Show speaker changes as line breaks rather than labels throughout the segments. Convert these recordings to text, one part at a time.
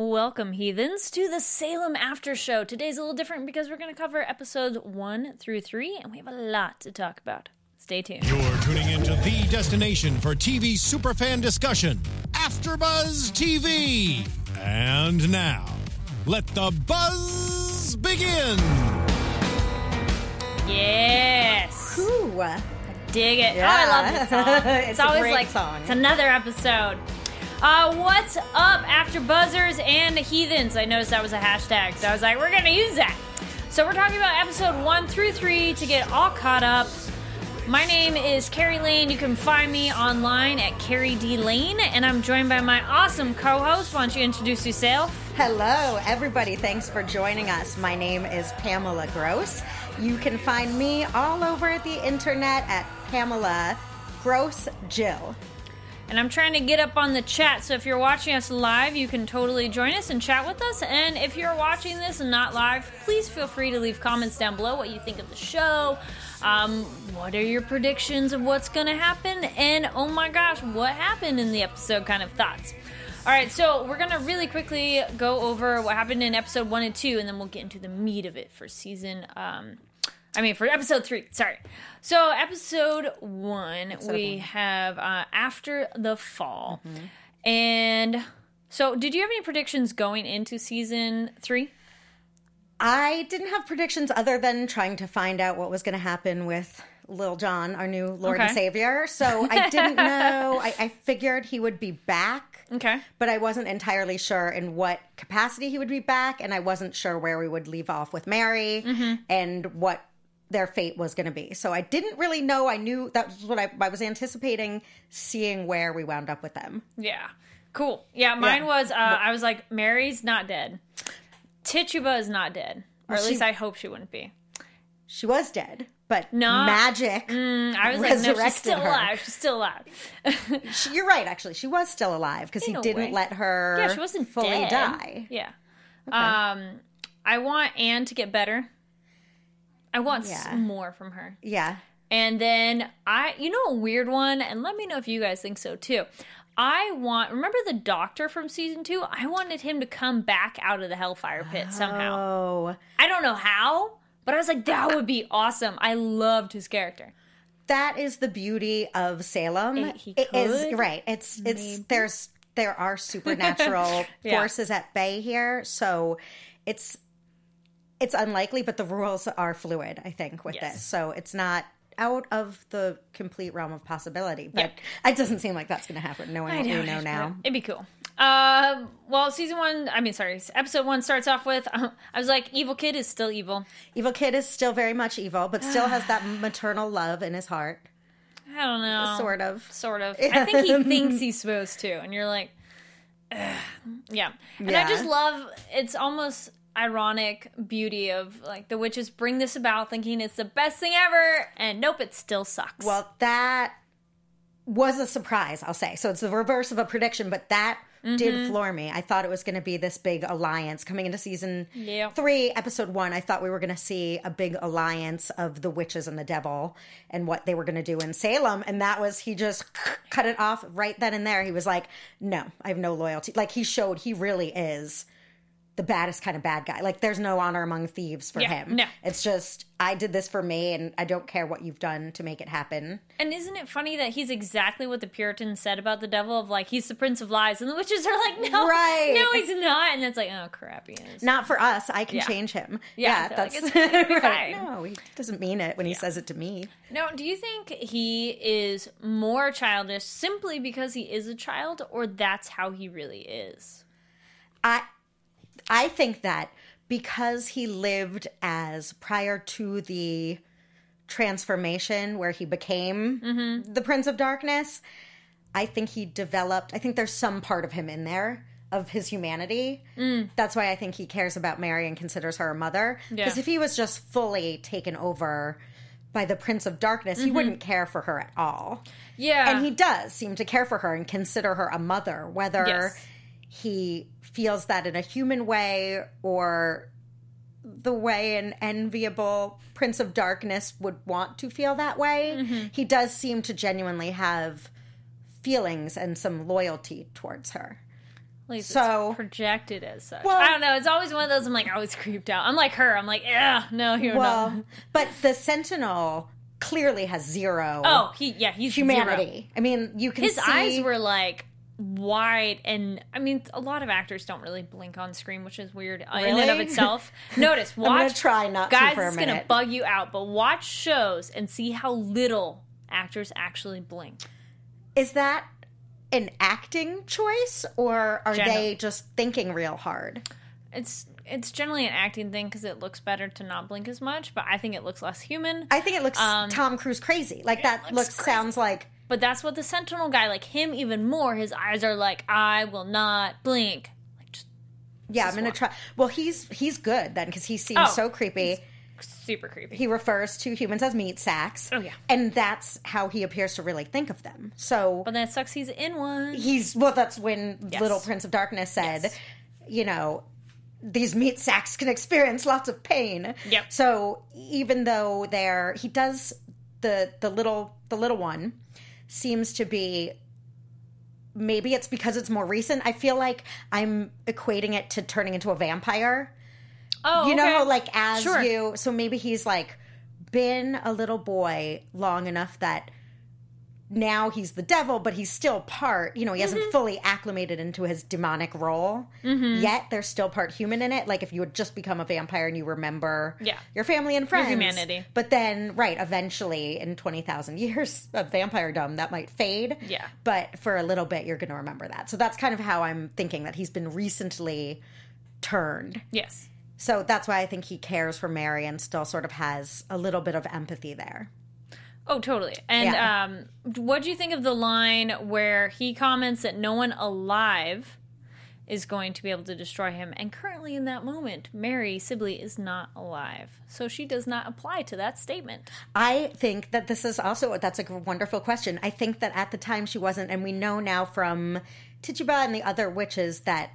Welcome, heathens, to the Salem After Show. Today's a little different because we're going to cover episodes one through three, and we have a lot to talk about. Stay tuned.
You're tuning into the destination for TV superfan discussion, AfterBuzz TV. And now, let the buzz begin.
Yes,
Ooh. uh,
dig it.
Yeah.
Oh, I love this song. It's,
It's a
always
great
like
song.
it's another episode. Uh, what's up, After Buzzers and Heathens? I noticed that was a hashtag, so I was like, we're going to use that. So we're talking about episode one through three to get all caught up. My name is Carrie Lane. You can find me online at Carrie D Lane, and I'm joined by my awesome co-host. Why don't you introduce yourself?
Hello, everybody. Thanks for joining us. My name is Pamela Gross. You can find me all over the internet at Pamela Gross Jill.
And I'm trying to get up on the chat, so if you're watching us live, you can totally join us and chat with us. And if you're watching this and not live, please feel free to leave comments down below what you think of the show. Um, what are your predictions of what's going to happen? And oh my gosh, what happened in the episode kind of thoughts. All right, so we're gonna really quickly go over what happened in episode one and two, and then we'll get into the meat of it for season. Um, I mean, for episode three. Sorry. So episode one, we have uh, after the fall, Mm-hmm. and so did you have any predictions going into season three?
I didn't have predictions other than trying to find out what was going to happen with Lil Jon, our new Lord and
Okay.
Savior. So I didn't know. I, I figured he would be back.
Okay.
But I wasn't entirely sure in what capacity he would be back, and I wasn't sure where we would leave off with Mary
Mm-hmm.
and what their fate was going to be. So I didn't really know. I knew that was what I, I was anticipating seeing where we wound up with them.
Yeah. Cool. Yeah. Mine
Yeah.
was. Uh, I was like, Mary's not dead. Tituba is not dead, or at
she-
least I hope she wouldn't be.
She was dead, but
No. Mm.
magic.
I was like, no, she's
Resurrected
still
her.
alive. She's still alive.
She- you're right, actually. She was still alive because he
a
didn't
way.
let her
Yeah, she wasn't
fully
dead.
die.
Yeah. Um, I want Anne to get better. I want s-
Yeah.
more from her.
Yeah.
And then I, you know, a weird one, and let me know if you guys think so too. I want. Remember the doctor from season two? I wanted him to come back out of the Hellfire pit somehow.
Oh,
I don't know how, but I was like, that would be awesome. I loved his character.
that is the beauty of Salem.
It- he
It is-
could,
right. It's it's there's there are supernatural
Yeah.
forces at bay here, so it's it's unlikely, but the rules are fluid. I think with
Yes.
this, so it's not out of the complete realm of possibility. But it doesn't seem like that's going to happen. Knowing what we know
it,
now,
but It'd be cool. Um, well, season one, I mean, sorry, episode one starts off with um, I was like, evil kid is still evil.
evil kid is still very much evil, but still has that maternal love in his heart,
I don't know.
sort of.
Sort of. I think he thinks he's supposed to. And you're like, ugh. yeah. And I
Yeah.
just love it's almost ironic beauty of like the witches bring this about thinking it's the best thing ever. And nope, it still sucks.
Well, that was a surprise, I'll say. So it's the reverse of a prediction, but that
Mm-hmm.
did floor me. I thought it was going to be this big alliance coming into season
Yeah.
three, episode one. I thought we were going to see a big alliance of the witches and the devil and what they were going to do in Salem. And that was, he just cut it off right then and there. He was like, no, I have no loyalty. Like he showed he really is. The baddest kind of bad guy. Like, there's no honor among thieves for
Yeah,
him.
no.
It's just, I did this for me, and I don't care what you've done to make it happen.
and isn't it funny that he's exactly what the Puritans said about the devil of like he's the prince of lies and the witches are like, No,
Right.
no, he's not and it's like, oh crap, he is.
Not for us. I can
Yeah.
change him.
Yeah,
Yeah,
they're like,
that's
"It's gonna be
Right.
fine."
No, he doesn't mean it when he says it to me.
Now, do you think he is more childish simply because he is a child, or that's how he really is?
I I think that because he lived as prior to the transformation where he became the Prince of Darkness, I think he developed I think there's some part of him in there of his humanity. That's why I think he cares about Mary and considers her a mother. Because
Yeah.
if he was just fully taken over by the Prince of Darkness, he wouldn't care for her at all.
Yeah,
and he does seem to care for her and consider her a mother whether
Yes.
he feels that in a human way or the way an enviable prince of darkness would want to feel that way
Mm-hmm.
he does seem to genuinely have feelings and some loyalty towards her
least
So-
it's projected as such.
Well-
I don't know. It's always one of those. I'm like always creeped out. I'm like her. I'm like, yeah, Oh, no, you're not.
Well, but the Sentinel clearly has zero
Oh, he, yeah, he's zero.
humanity. I mean, you can
His
see
eyes were like wide, and I mean, a lot of actors don't really blink on screen, which is weird uh, in and of
Really?
itself. Notice, watch.
gonna try not to
guys,
for a
it's gonna
minute.
bug you out, but watch shows and see how little actors actually blink.
Is that an acting choice, or are
Gender.
they just thinking real hard?
It's it's generally an acting thing because it looks better to not blink as much, but I think it looks less human.
I think it looks Tom Cruise crazy. Like that
Um, looks
looks,
crazy.
sounds like
But that's what the Sentinel guy, like him, even more. His eyes are like, I will not blink. Like just
yeah. I'm gonna try. Well, he's he's good then because he seems
Oh,
so creepy.
super creepy.
He refers to humans as meat sacks.
Oh, yeah.
and that's how he appears to really think of them. So
but that sucks. He's in one.
he's well that's when
Yes.
little prince of darkness said you know these meat sacks can experience lots of pain
Yep.
so even though they're he does the the little the little one seems to be maybe it's because it's more recent i feel like i'm equating it to turning into a vampire
Oh,
you know
okay.
how like as
Sure.
you so maybe he's like been a little boy long enough that now he's the devil but he's still part you know he
Mm-hmm.
hasn't fully acclimated into his demonic role yet there's still part human in it like if you had just become a vampire and you remember
Yeah.
your family and friends
humanity.
but then right eventually in 20000 years of vampire dumb that might fade
Yeah.
but for a little bit you're going to remember that so that's kind of how i'm thinking that he's been recently turned
yes.
so that's why I think he cares for Mary and still sort of has a little bit of empathy there.
Oh, totally. And
Yeah.
um, what do you think of the line where he comments that no one alive is going to be able to destroy him? And currently, in that moment, Mary Sibley is not alive, so she does not apply to that statement.
I think that this is also that's a wonderful question. I think that at the time she wasn't, and we know now from Tituba and the other witches that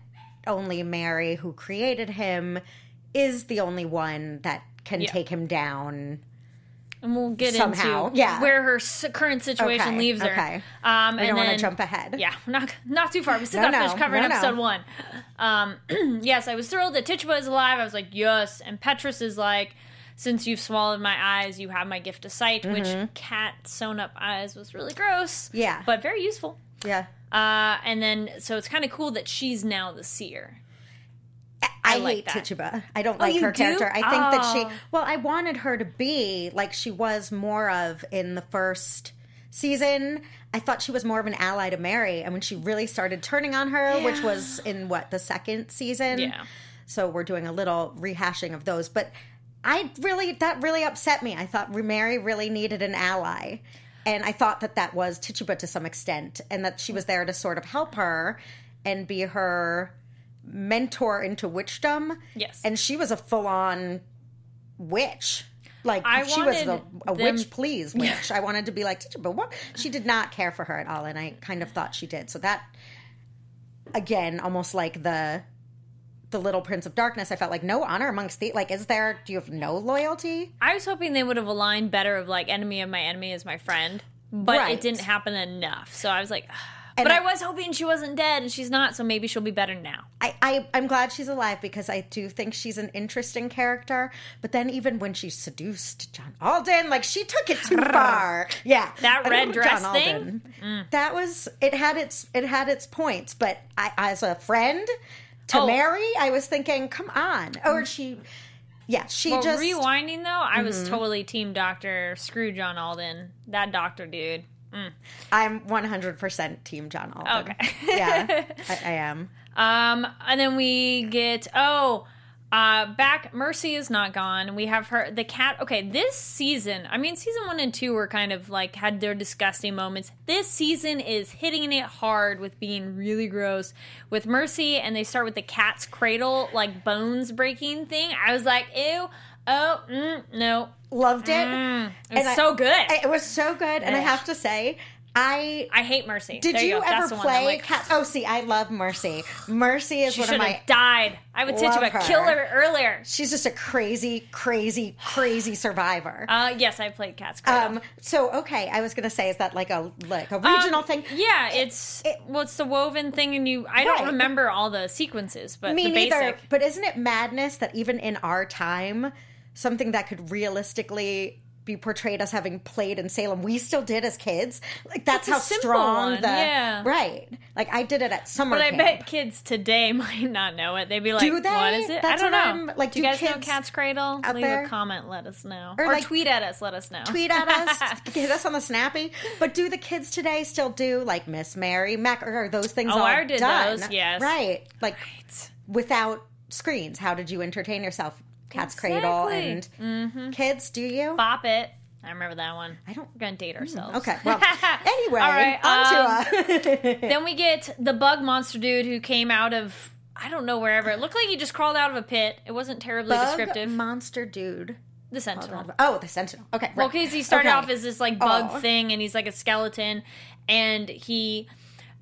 only Mary, who created him, is the only one that can take him down.
And we'll get
Somehow,
into
yeah.
where her s- current situation
Okay,
leaves her.
okay.
Um,
I
and
don't want
then-
to jump ahead.
Yeah, not not too far. We still
No,
got
no,
fish covered in
no, no.
episode one. Um, yes, I was thrilled that Tituba is alive. I was like, yes. And Petrus is like, since you've swallowed my eyes, you have my gift of sight, which cat sewn up eyes was really gross.
Mm-hmm. Yeah.
but very useful.
yeah.
Uh, and then so it's kind of cool that she's now the seer.
I,
like
hate
that. Oh,
Tituba. I don't like
you
her
do?
character. I think that
Oh.
she. Well, I wanted her to be like she was more of in the first season. I thought she was more of an ally to Mary, and when she really started turning on her, which was in what the second season.
Yeah.
So we're doing a little rehashing of those, but I really that really upset me. I thought Mary really needed an ally. And I thought that that was Tituba to some extent, and that she was there to sort of help her and be her mentor into witchdom.
Yes.
And she was a full on witch. Like
I
she was a,
wanted
a
them-
witch, please witch. I wanted to be like teacher, but what? She did not care for her at all, and I kind of thought she did. So that, again, almost like the the Little Prince of Darkness, I felt like no honor amongst the like. Is there? Do you have no loyalty?
I was hoping they would have aligned better of like enemy of my enemy is my friend, but
Right.
it didn't happen enough. So I was like,
And
but I
I-
was hoping she wasn't dead, and she's not. So maybe she'll be better now.
I, I I'm glad she's alive because I do think she's an interesting character. But then even when she seduced John Alden, like she took it too far. Yeah,
That
I don't
red
know
dress thing? Mm.
Alden. That was it. Had its it had its points, but I, as a friend to
Oh.
Mary, I was thinking, come on. Or she, yeah, she
Well,
just Mm-hmm.
rewinding though, I was totally team doctor. Screw John Alden, that doctor dude.
I'm 100 percent team John Alden.
Okay.
yeah, I, I am.
Um, and then we get oh, uh, back Mercy is not gone. We have her the cat. Okay, this season. I mean, season one and two were kind of like had their disgusting moments. This season is hitting it hard with being really gross with Mercy, and they start with the cat's cradle like bones breaking thing. I was like, ew, oh, mm, no,
Loved it.
Mm. it's
I-
so good.
It was so good, and I have to say, I
I hate Mercy.
did
There
you,
go. That's the
ever
one. I'm
play
like,
Cat? Oh, see, I love Mercy. Mercy is
She
one
should
of
have
my.
died. I would teach you
Love
a
her.
killer earlier.
She's just a crazy, crazy, crazy survivor.
Uh, yes, I played Cat's Cradle.
Um. So okay, I was gonna say, is that like a like a regional
Um,
thing?
Yeah, it's
it-
well, it's the woven thing, and you. I
Right.
don't remember all the sequences, but
Me
the
neither.
basic.
But isn't it madness that even in our time, something that could realistically be portrayed as having played in Salem, we still did as kids. Like
It's
that's
a
how
simple
strong
one,
the
yeah.
right. Like I did it at summer
But I
camp.
bet kids today might not know it. They'd be like,
Do they?
"What is it?"
That's
I don't
what
know.
I'm- like,
do you
do
guys know
kids
Cat's Cradle?
out
Leave
there-
a comment. Let us know,
Or,
or,
like,
tweet at us. Let us know.
Tweet at us, hit us on the snappy. But do the kids today still do like Miss Mary, Mac, or are those things
Oh,
all
I did
done?
those, yes.
right. Like without screens, how did you entertain yourself? Cat's Cradle and
Exactly. Mm-hmm.
kids, do you?
Bop it. I remember that one.
I don't- Hmm,
We're gonna date ourselves.
Okay. Well, anyway,
All right, um,
on to uh,
Then we get the bug monster dude who came out of I don't know wherever. It looked like he just crawled out of a pit. It wasn't terribly
bug
descriptive.
monster dude.
the Sentinel.
Oh, the Sentinel. Okay. Right.
Well, because he started
Okay.
off as this like bug
Oh.
thing, and he's like a skeleton, and he.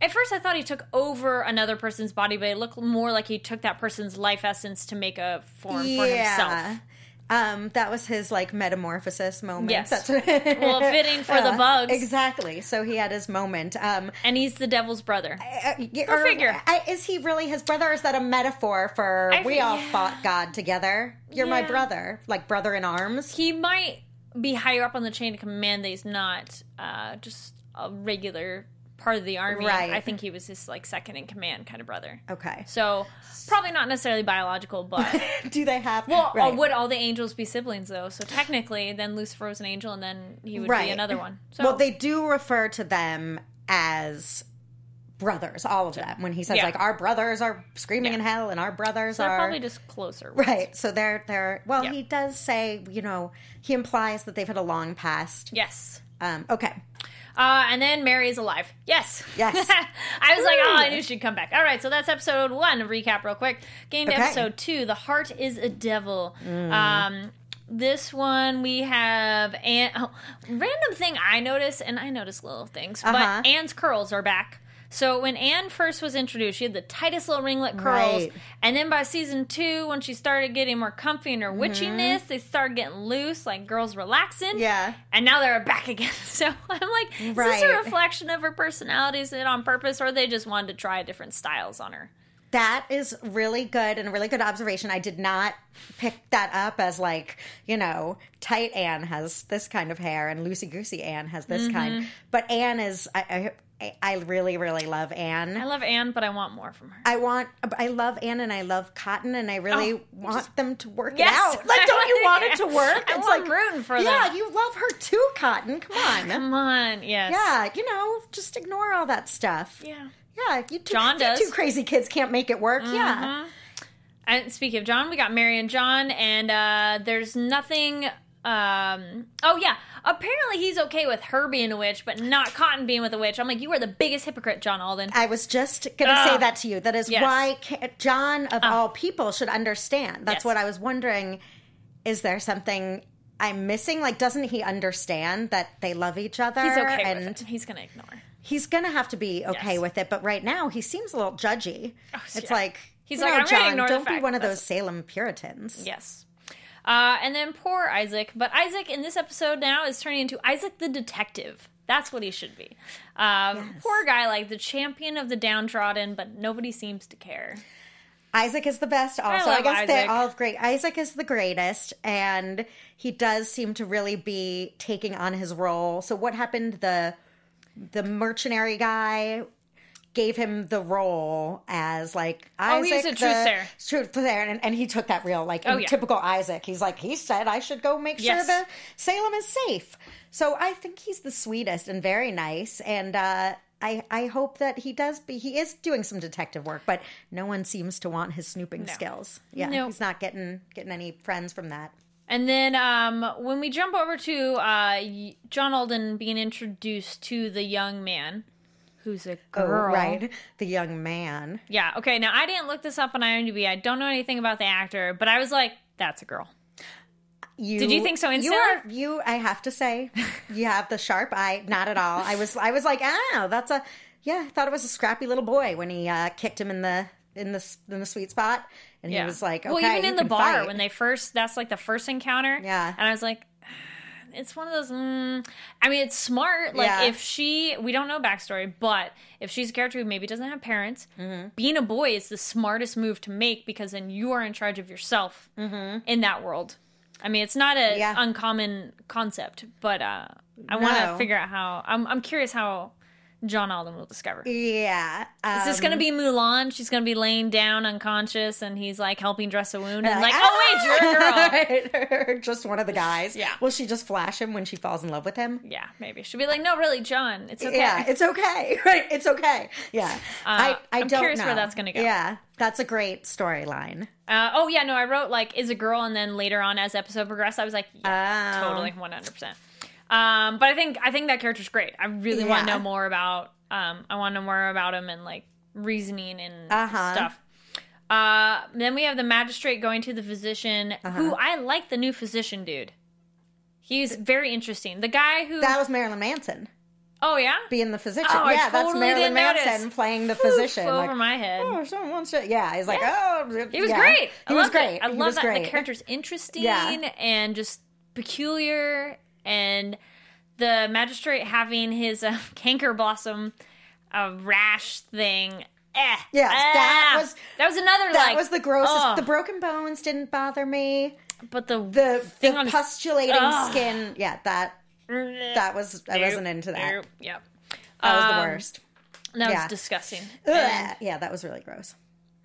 At first, I thought he took over another person's body, but it looked more like he took that person's life essence to make a form for himself.
Um, that was his like metamorphosis moment.
Yes.
That's what-
Well, fitting for the bugs,
exactly. So he had his moment. Um,
and he's the devil's brother.
uh, or-
figure.
I, is he really his brother? Or is that a metaphor for
I
we
think-
all
yeah.
fought God together? You're my
Yeah.
brother, like brother in arms.
he might be higher up on the chain of command. That he's not uh, just a regular part of the army.
Right.
I think he was his like second in command kind of brother.
Okay.
So probably not necessarily biological, but.
Do they have?
Well,
right.
uh, would all the angels be siblings though? So technically, then Lucifer was an angel, and then he would
Right.
be another one. So
Well, they do refer to them as brothers, all of them. When he says
Yeah.
like our brothers are screaming in hell and our brothers
they're
are
probably just closer.
right. So they're they're well,
Yeah.
he does say, you know, he implies that they've had a long past.
Yes.
Um okay.
Uh, and then Mary is alive. Yes.
Yes.
I was like, oh, I knew she'd come back. All right, so that's episode one. Recap real quick. Game to
Okay. Mm.
episode two. The heart is a devil. Um, this one we have Anne. Oh, random thing I noticed, and I notice little things,
Uh-huh.
but Anne's curls are back. So when Anne first was introduced, she had the tightest little ringlet curls,
Right.
and then by season two, when she started getting more comfy in her
Mm-hmm.
witchiness, they started getting loose, like girls relaxing.
Yeah.
And now they're back again. So I'm like, is this
Right.
a reflection of her personality? Is it on purpose, or they just wanted to try different styles on her?
That is really good and a really good observation. I did not pick that up as like, you know, tight Anne has this kind of hair and loosey goosey Anne has this
Mm-hmm.
kind. But Anne is I, I I really, really love Anne.
I love Anne, but I want more from her.
I want, I love Anne and I love Cotton and I really
Oh,
want them to work
Yes.
it out. Like, don't you want it to work?
I
It's
want
like,
rooting for
yeah,
them.
you love her too, Cotton. Come on.
Come on, yes.
yeah, you know, just ignore all that stuff.
Yeah.
Yeah, you two,
John
you
does. Mm-hmm.
two crazy kids can't make it work. Yeah.
And speaking of John, we got Mary and John, and uh, there's nothing. Um, oh yeah, apparently he's okay with her being a witch, but not Cotton being with a witch. I'm like, you are the biggest hypocrite, John Alden.
I was just going to say
Ugh.
that to you. That is
Ah. Yes. Ah.
why ca- John, of all people, should understand. That's
Yes.
what I was wondering. Is there something I'm missing? Like, doesn't he understand that they love each other?
he's okay
and
with it. He's gonna ignore. her.
he's gonna have to be okay
Yes. Oh,
with it. But right now, he seems a little judgy. it's
yeah.
like
He's
you
like,
know,
"I'm gonna
John,
ignore the
don't be
fact
one of
that
those Salem Puritans.
Yes. Uh, and then poor Isaac, but Isaac in this episode now is turning into Isaac the detective. That's what he should be. Um, Poor guy, like the champion of the downtrodden, but nobody seems to care.
Isaac is the best. Also, I,
love
guess they
Isaac.
all have great. Isaac is the greatest, and he does seem to really be taking on his role. So, what happened? The the mercenary guy gave him the role as like
Oh,
Isaac,
he's a
the,
truther.
truther, and, and he took that real like in
yeah.
typical Isaac. He's like, he said I should go make
Yes.
sure the Salem is safe. So I think he's the sweetest and very nice, and uh, I I hope that he does. Be, he is doing some detective work, but no one seems to want his snooping skills. Yeah,
No.
he's not getting getting any friends from that.
And then um, when we jump over to uh, y- John Alden being introduced to the young man, who's a girl,
Oh, right, the young man.
Yeah. Okay. Now I didn't look this up on IMDb. I don't know anything about the actor, but I was like, that's a girl.
You,
Did you think so
You
instantly?
are you. I have to say, you have the sharp eye. Not at all. I was. I was like, oh, that's a. Yeah, I thought it was a scrappy little boy when he uh, kicked him in the in the s- in the sweet spot, and he was like, okay,
well, even
you
in the
can
bar
fight.
when they first, that's like the first encounter.
Yeah.
And I was like, "Ah, it's one of those. Mm, I mean, it's smart. Like,
Yeah.
if she, we don't know backstory, but if she's a character who maybe doesn't have parents,
Mm-hmm.
being a boy is the smartest move to make because then you are in charge of yourself in that world. I mean, it's not an
Mm-hmm. Yeah.
uncommon concept, but uh, I want to
No.
figure out how. I'm, I'm curious how John Alden will discover.
yeah,
Is
um,
this gonna be Mulan? She's gonna be laying down unconscious, and he's like helping dress a wound, and
like, "Ah!"
like, oh wait, you're a girl.
Right. just one of the guys.
Yeah.
Will she just flash him when she falls in love with him?
yeah, maybe she'll be like, no, really, John, it's okay. Uh,
Yeah, it's okay. Right, it's okay. Yeah, I, I
I'm
don't
curious
know.
where that's gonna go.
Yeah, that's a great storyline.
uh, oh yeah, no, I wrote like is a girl, and then later on as episode progressed, I was like, yeah,
Oh.
totally, one hundred percent. Um, but I think I think that character's great. I really want to
Yeah.
know more about. Um, I want to know more about him and like reasoning and
Uh-huh.
stuff. Uh, then we have the magistrate going to the physician,
Uh-huh.
who I like the new physician dude. He's very interesting. The guy who
That was Marilyn Manson
Oh yeah,
being the physician.
Oh, I
yeah, that's
totally didn't
Marilyn Manson
notice.
playing the
Oof,
physician.
over
like,
my head.
oh, someone wants to. Yeah, he's like, oh,
he was
yeah.
great. I
He was
loved it.
great.
I
He
love
was
that
great.
the character's interesting
Yeah.
and just peculiar, and the magistrate having his uh, canker blossom uh, rash thing. Eh.
Yes, that
Ah.
was-
that was another
That
like
was the grossest.
ugh.
The broken bones didn't bother me.
but the
The,
thing
the
on his-
pustulating
Ugh.
skin. Yeah, that that was. I wasn't into that.
Nope. Yep.
That was the
Um,
worst.
That
Yeah.
was disgusting.
Ugh. Yeah, that was really gross.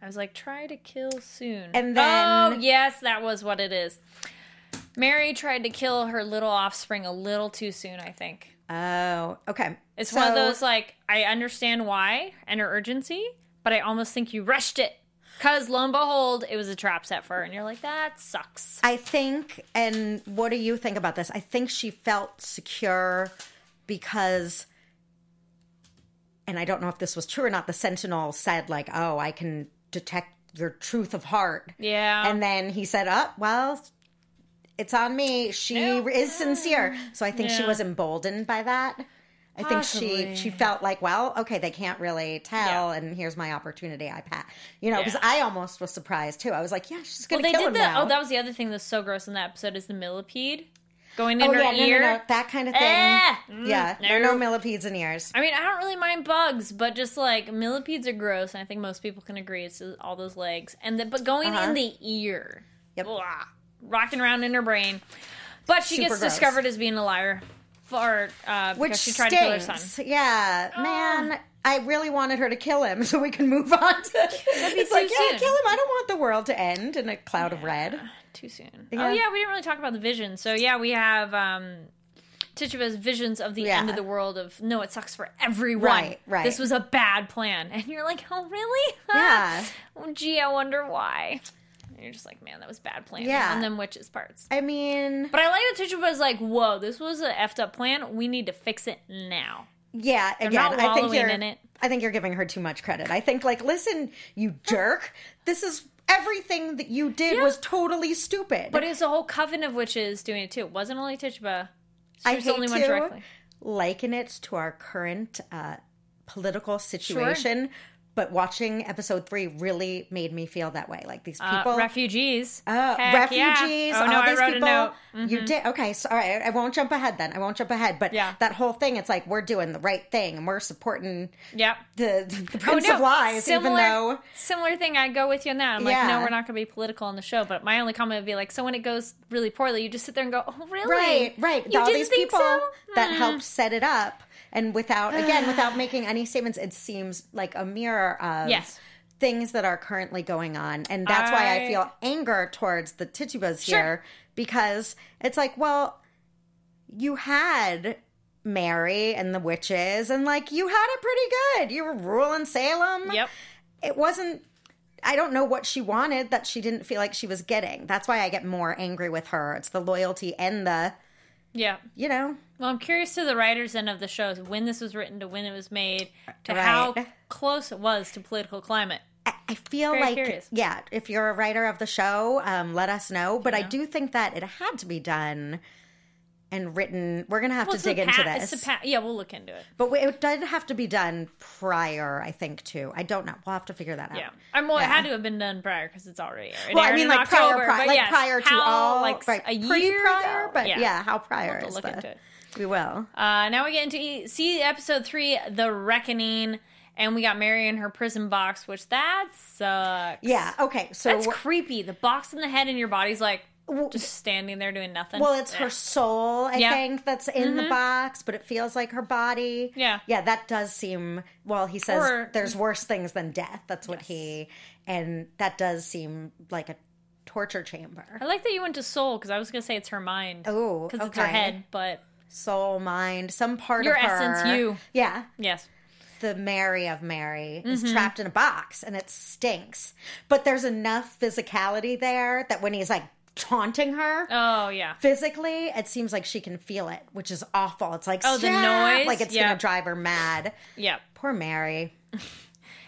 I was like, try to kill soon.
And then-
Oh, yes, that was what it is. Mary tried to kill her little offspring a little too soon, I think.
Oh, okay.
It's one of
So-
those, like, I understand why and her urgency, but I almost think you rushed it. Because lo and behold, it was a trap set for her. And you're like, that sucks.
I think, and what do you think about this? I think she felt secure because, and I don't know if this was true or not, the Sentinel said, like, oh, I can detect your truth of heart.
Yeah.
And then he said, oh, well, it's on me. She
Nope.
is sincere. So I think she
Yeah.
was emboldened by that. I think
Possibly.
she she felt like, well, okay, they can't really tell,
Yeah.
and here's my opportunity. I pass, you know,
Yeah.
because I almost was surprised too. I was like, yeah, she's gonna
well, they
kill
did
him
the.
now.
Oh, that was the other thing that's so gross in that episode is the millipede going in
Oh
her
yeah,
ear.
no, no, no, that kind of thing.
Ah! Mm,
yeah, there are no
nope.
millipedes in ears.
I mean, I don't really mind bugs, but just like millipedes are gross, and I think most people can agree. It's all those legs, and the, but going
Uh-huh.
in the ear,
Yep.
Blah. rocking around in her brain. But she
Super
gets
gross.
discovered as being a liar for uh, because
Which
she tried
stings.
to kill her son. Ah.
Yeah, man, I really wanted her to kill him so we can move on. To, it's
too
like, yeah,
soon.
kill him. I don't want the world to end in a cloud of red.
Too soon.
Yeah.
Oh yeah, we didn't really talk about the vision. So yeah, we have um, Tituba's visions of the
Yeah.
end of the world. Of no, it sucks for everyone.
Right, right.
This was a bad plan, and you're like, oh really?
Yeah.
Oh, gee, I wonder why. And you're just like, man, that was bad planning
Yeah.
on them witches' parts.
I mean,
But I like that Tituba was like, whoa, this was an effed up plan. We need to fix it now.
yeah. Again,
not
I think
wallowing
you're.
in it.
I think you're giving her too much credit. I think, like, listen, you jerk. This is everything that you did
Yeah.
was totally stupid.
But it's a whole coven of witches doing it too. It wasn't only Tituba. She
I
was
hate
the only one
to
directly.
liken it to our current uh, political situation, but watching episode three really made me feel that way. Like these
Uh,
people,
refugees.
uh,
Heck yeah.
refugees,
Oh, no,
all
I
these
wrote
people.
a note. Mm-hmm.
You did okay. So all right, I won't jump ahead then. I won't jump ahead, but
Yeah.
that whole thing. It's like we're doing the right thing and we're supporting
Yep.
the,
Oh,
the Prince of Lies, even though.
similar thing. I go with you on that. I'm like,
Yeah.
no, we're not going to be political on the show. But my only comment would be like, so when it goes really poorly, you just sit there and go, oh, really?
Right, right.
You
All
didn't
these
think
people
so? Ah.
that helped set it up, and without again, without making any statements, it seems like a mirror of
Yes.
things that are currently going on, and that's why
I-
I feel anger towards the Titubas
Sure.
here because it's like, well, you had. Mary and the witches, and like you had it pretty good. You were ruling Salem.
Yep.
It wasn't, I don't know what she wanted that she didn't feel like she was getting. That's why I get more angry with her. It's the loyalty and the,
Yeah.
you know,
Well, I'm curious to the writers end of the shows when this was written to when it was made to
Right.
how close it was to political climate.
I feel
Very
like,
curious.
yeah, if you're a writer of the show, um, let us know. But I do think that it had to be done and written. We're going to have
Well,
to
it's
dig
a
into
pa- it's
this.
a pa- yeah, we'll look into it.
but we, it did have to be done prior, I think, too. I don't know. We'll have to figure that out.
Yeah, I'm. Well, it
Yeah.
had to have been done prior because it's already. aired. It
Well, I
aired
mean,
in
like prior,
October,
pri-
but
like
yes,
prior to
how,
all,
like
right,
a
pretty
year
prior,
ago?
but yeah, how prior
We'll have to
is
look
the-
into it.
We will.
Uh, now we get into e- see episode three, the reckoning, and we got Mary in her prison box, which that sucks.
Yeah. Okay. So
That's
we're-
creepy. The box in the head, and your body's like
Well,
just standing there doing nothing.
Well, it's
Eh.
her soul, I
Yeah. Mm-hmm.
think, that's in the box, but it feels like her body.
Yeah.
Yeah, that does seem, well, he says
Or-
there's worse things than death. That's what he, and that does seem like a torture chamber.
I like that you went to soul because I was gonna say it's her mind.
Oh,
because it's her
okay.
head, but
Soul, mind, some part
Your
of her.
essence, you.
Yeah.
yes.
the Mary of Mary is
Mm-hmm.
trapped in a box and it stinks. But there's enough physicality there that when he's like taunting her
Oh yeah.
physically, it seems like she can feel it, which is awful. It's like,
Oh, the
"Stop!"
noise?
Like it's
Yeah.
going to drive her mad.
Yeah.
Poor Mary.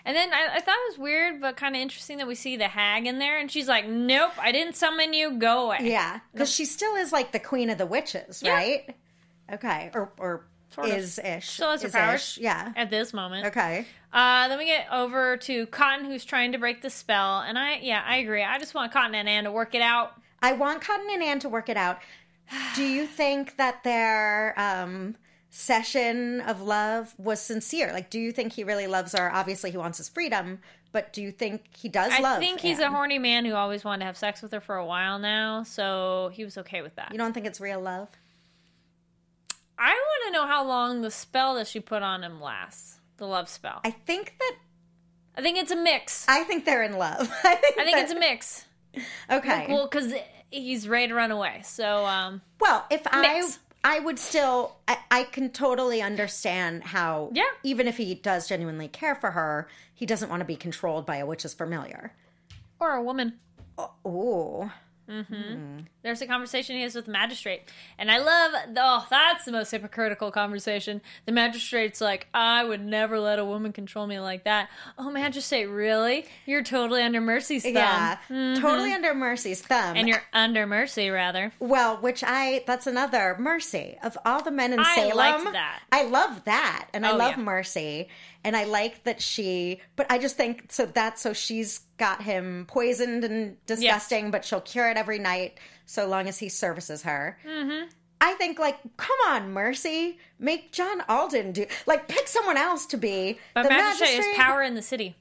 And then I, I thought it was weird, but kind of interesting that we see the hag in there, and she's like, "Nope, I didn't summon you. Go away."
Yeah. Because she still is like the queen of the witches,
Yeah.
right? Okay. Or, or
of.
is ish.
Still has her
Is
powers.
ish. Yeah.
At this moment.
Okay.
Uh, then we get over to Cotton, who's trying to break the spell, and I, yeah, I agree. I just want Cotton and Anne to work it out.
I want Cotton and Ann to work it out. Do you think that their um, session of love was sincere? Like, do you think he really loves her? Obviously, he wants his freedom, but do you think he does
I
love?
think he's a
Ann?
horny man who always wanted to have sex with her for a while now, so he was okay with that.
You don't think it's real love?
I want to know how long the spell that she put on him lasts. The love spell. I,
I think that
think it's a mix. I,
I think they're in love. I think,
think
that-
it's a mix.
okay.
Well, because he's ready to run away, so um,
Well, if
Mix.
I I would still I, I can totally understand how
Yeah.
even if he does genuinely care for her, he doesn't want to be controlled by a witch's familiar.
or a woman.
Ooh.
There's a conversation he has with the magistrate, and I love. The, oh, that's the most hypocritical conversation. The magistrate's like, "I would never let a woman control me like that." Oh, magistrate, really? You're totally under mercy's thumb, Mm-hmm.
Yeah, totally under Mercy's thumb.
and you're under mercy rather.
well, which I that's another Mercy of all the men in
I
Salem.
liked that.
I love that, and I
Oh,
love
yeah.
Mercy, and I like that she. But I just think so that so she's got him poisoned and disgusting, but she'll cure it every night so long as he services her. Mm-hmm. I think like, come on, Mercy, make John Alden do like pick someone else to be
But
the
magistrate,
magistrate.
is power in the city,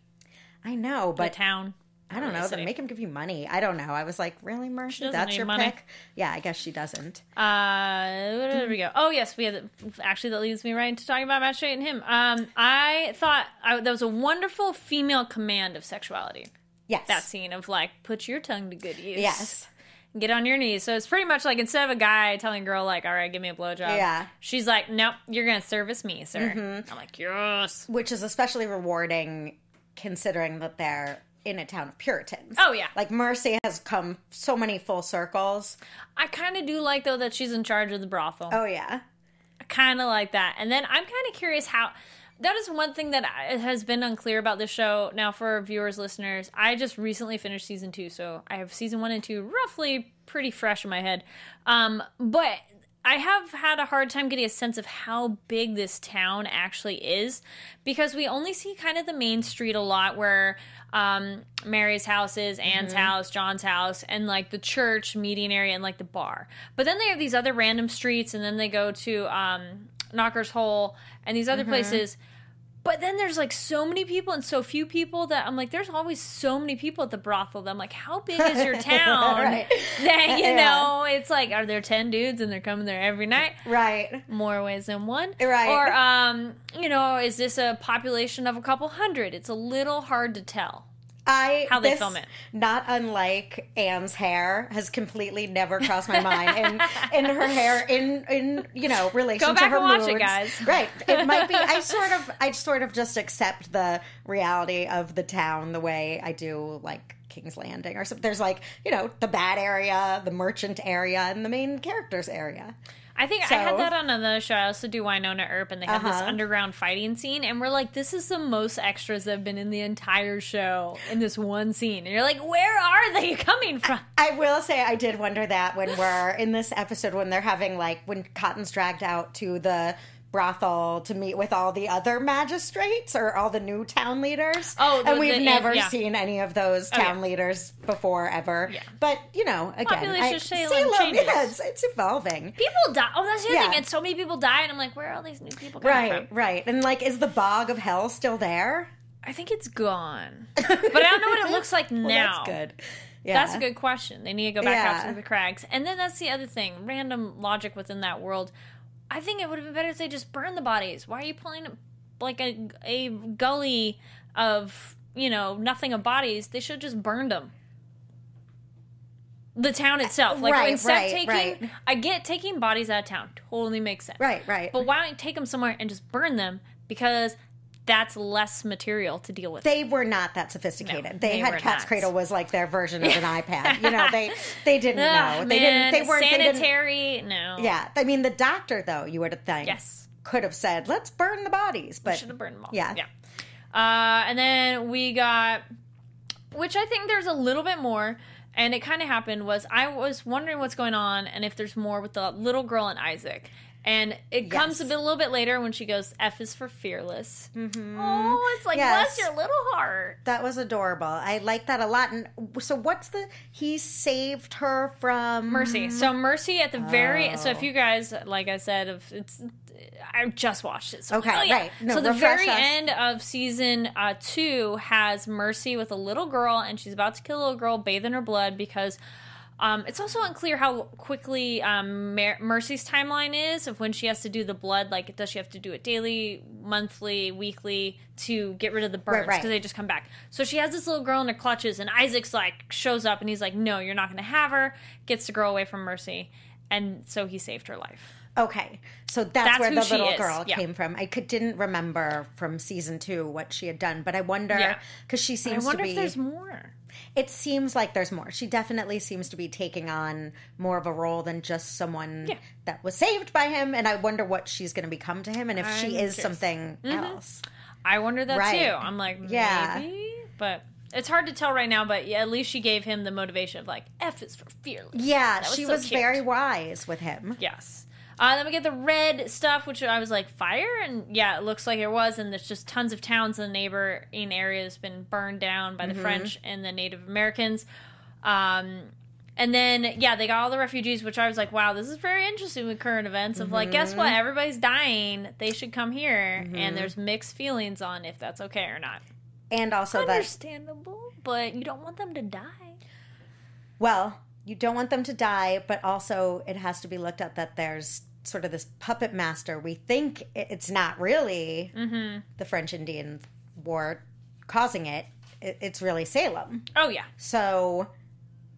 I know,
the
but
town.
I don't
Really
know.
city.
Then make him give you money. I don't know. I was like, really, Mercy?
doesn't
That's
need
your
money.
pick? Yeah, I guess she doesn't.
Uh, where did we go? Oh yes, we had actually that leads me right into talking about magistrate and him. Um, I thought I, that was a wonderful female command of sexuality.
Yes.
That scene of like, put your tongue to good use.
yes.
get on your knees. So it's pretty much like instead of a guy telling a girl like, "All right, give me a blowjob,"
Yeah. Mm-hmm.
she's like, "Nope, you're gonna service me, sir." I'm like, "Yes."
Which is especially rewarding considering that they're in a town of Puritans.
Oh, yeah.
Like Mercy has come so many full circles.
I kind of do like though that she's in charge of the brothel.
Oh yeah.
I kind of like that. And then I'm kind of curious how. That is one thing that I- has been unclear about this show. Now, for viewers, listeners, I just recently finished season two, so I have season one and two roughly pretty fresh in my head. Um, but I have had a hard time getting a sense of how big this town actually is because we only see kind of the main street a lot where um, Mary's house is, Anne's
Mm-hmm.
house, John's house, and like the church meeting area and like the bar. But then they have these other random streets, and then they go to um, Knocker's Hole and these other
Mm-hmm.
places. But then there's like so many people and so few people that I'm like, there's always so many people at the brothel. That I'm like, how big is your town?
Right.
That you
Yeah.
know, it's like, are there ten dudes and they're coming there every night?
Right.
More ways than one,
Right.
Or um, you know, is this a population of a couple hundred? It's a little hard to tell.
I
How they
this,
film it.
Not unlike Anne's hair has completely never crossed my mind, and and her hair in in you know relation
Go
to
back
her
and watch it,
moods.
guys.
Right? It might be. I sort of I sort of just accept the reality of the town the way I do like King's Landing or something. There's like, you know, the bad area, the merchant area, and the main characters area.
I think I
So-
had that on another show. I also do Winona Earp, and they have this
Uh-huh.
underground fighting scene, and we're like, "This is the most extras that have been in the entire show in this one scene." And you're like, "Where are they coming from?"
I will say I did wonder that when we're in this episode when they're having like when Cotton's dragged out to the brothel to meet with all the other magistrates or all the new town leaders.
Oh, the-
and we've
the-
never
yeah. Oh,
seen any of those
yeah.
town leaders before ever. But you know, again,
Population
I-
Salem
Salem,
changes.
yeah, it's, it's evolving.
People die. Oh, that's the other
Yeah.
thing. And so many people die, and I'm like, "Where are all these new people coming
Right,
from?"
right. And like, is the bog of hell still there?
I think it's gone, but I don't know what it looks like
Well,
now.
that's good. Yeah.
That's a good question. They need to go back out
Yeah.
to the crags. And then that's the other thing random logic within that world. I think it would have been better if they just burned the bodies. Why are you pulling like a, a gully of, you know, nothing of bodies? They should have just burned them. The town itself. Like,
Uh, Right,
instead
right,
of taking,
right.
I get taking bodies out of town. Totally makes sense.
Right, right.
But why don't you take them somewhere and just burn them? Because that's less material to deal with.
they were not that sophisticated.
No,
they,
they were
had Cat's
not.
Cradle was like their version of an iPad. You know, they they didn't
Ugh,
know. They
man,
didn't. They weren't. They didn't,
sanitary. no.
yeah, I mean, the doctor though, you would have think,
Yes.
could have said, "Let's burn the bodies," but
should have burned them all.
Yeah.
yeah. Uh, and then we got, which I think there's a little bit more, and it kind of happened was I was wondering what's going on and if there's more with the little girl and Isaac. And it comes a, bit, a little bit later when she goes, F is for fearless. Mm-hmm. Oh, it's like,
Yes.
bless your little heart.
that was adorable. I like that a lot. And so, what's the? He saved her from
Mercy. So Mercy at the very
Oh.
so if you guys like I said if it's I just watched it. So
Okay,
oh, yeah.
right. No,
so the
refresh
very
us.
end of season uh, 2 has Mercy with a little girl and she's about to kill a little girl bathe in her blood because um, it's also unclear how quickly um, Mer- Mercy's timeline is of when she has to do the blood. Like, does she have to do it daily, monthly, weekly to get rid of the burns?
right.
Because they just come back. So she has this little girl in her clutches, and Isaac's like shows up, and he's like, "No, you're not going to have her." Gets the girl away from Mercy, and so he saved her life.
Okay, so that's,
That's
where
who
the
she
little
is,
girl
yeah.
came from. I could, didn't remember from season two what she had done, but I wonder
Yeah.
because she
I
seems
wonder
to be.
if there's more.
It seems like there's more. She definitely seems to be taking on more of a role than just someone
Yeah.
that was saved by him. And I wonder what she's going to become to him and if
I'm
she
curious.
is something else.
I wonder that
Right.
too. I'm like,
Yeah.
maybe, but it's hard to tell right now. But yeah, at least she gave him the motivation of like, "F is for fearless."
Yeah,
was
she
so
was
cute.
very wise with him.
Yes. Uh, then we get the red stuff, which I was like fire, and yeah, it looks like it was. And there's just tons of towns in the neighboring area has been burned down by the French and the Native Americans. Um, and then yeah, they got all the refugees, which I was like, wow, this is very interesting with current events. Of like, guess what? Everybody's dying. They should come here, and there's mixed feelings on if that's okay or not.
And also that,
Understandable, but you don't want them to die.
well, you don't want them to die, but also it has to be looked at that there's sort of this puppet master. We think i- it's not really
Mm-hmm.
the French Indian War causing it, It- it's really Salem.
Oh yeah,
So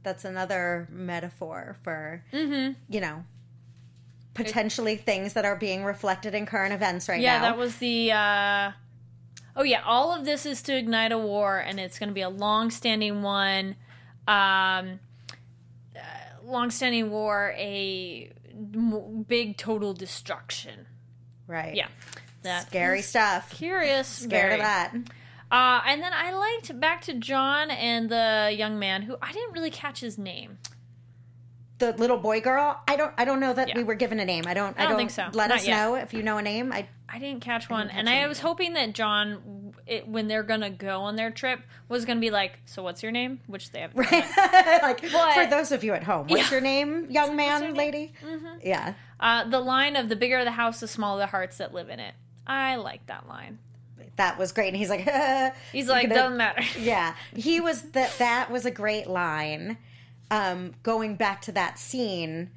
that's another metaphor for,
Mm-hmm.
you know, potentially things that are being reflected in current events right
Yeah,
now.
that was the. Uh, oh yeah, all of this is to ignite a war, and it's going to be a long-standing one. Um, uh, long-standing war, a m- big total destruction.
right.
Yeah, that
Scary stuff.
curious.
Scared
very.
of that.
Uh, and then I liked back to John and the young man who I didn't really catch his name.
The little boy girl. I don't. I don't know that
Yeah.
we were given a name. I don't. I,
don't
don't
think so.
Let
Not
us
yet.
know if you know a name. I.
I didn't catch one, and I was hoping that John, it, when they're gonna go on their trip, was gonna be like, "So what's your name?" Which they haven't. Right.
like for those of you at home. What's
Yeah.
your name, young man, lady? Yeah.
Uh, the line of the bigger the house, the smaller the hearts that live in it. I like that line.
That was great. And he's like.
He's like,
gonna-
doesn't matter.
Yeah, he was that. That was a great line. Um, going back to that scene,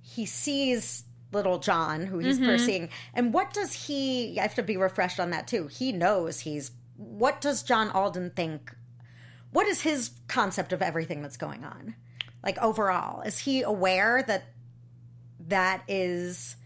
he sees little John, who
Mm-hmm.
he's pursuing, and what does he? I have to be refreshed on that too. He knows he's. What does John Alden think? What is his concept of everything that's going on? Like overall, is he aware that that is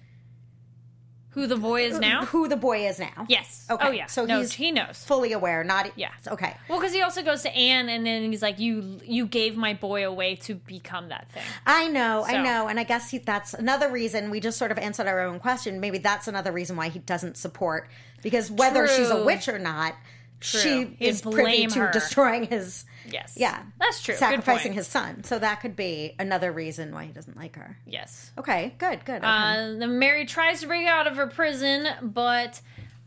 who the boy is now?
who the boy is now.
Yes.
Okay.
Oh yeah.
So
no,
he's
he knows.
fully aware. Not
Yeah.
Okay.
Well, because he also goes to Anne, and then he's like, "You you gave my boy away to become that thing."
I know,
So-
I know, and I guess he, that's another reason we just sort of answered our own question. Maybe that's another reason why he doesn't support because whether she's a
True.
witch or not, she
He'd
is privy
blame
to
her.
destroying his
Yes.
yeah,
That's true. Good
sacrificing
point.
his son. So that could be another reason why he doesn't like her.
Yes.
Okay, good, good. Okay.
Uh, the Mary tries to break out of her prison, but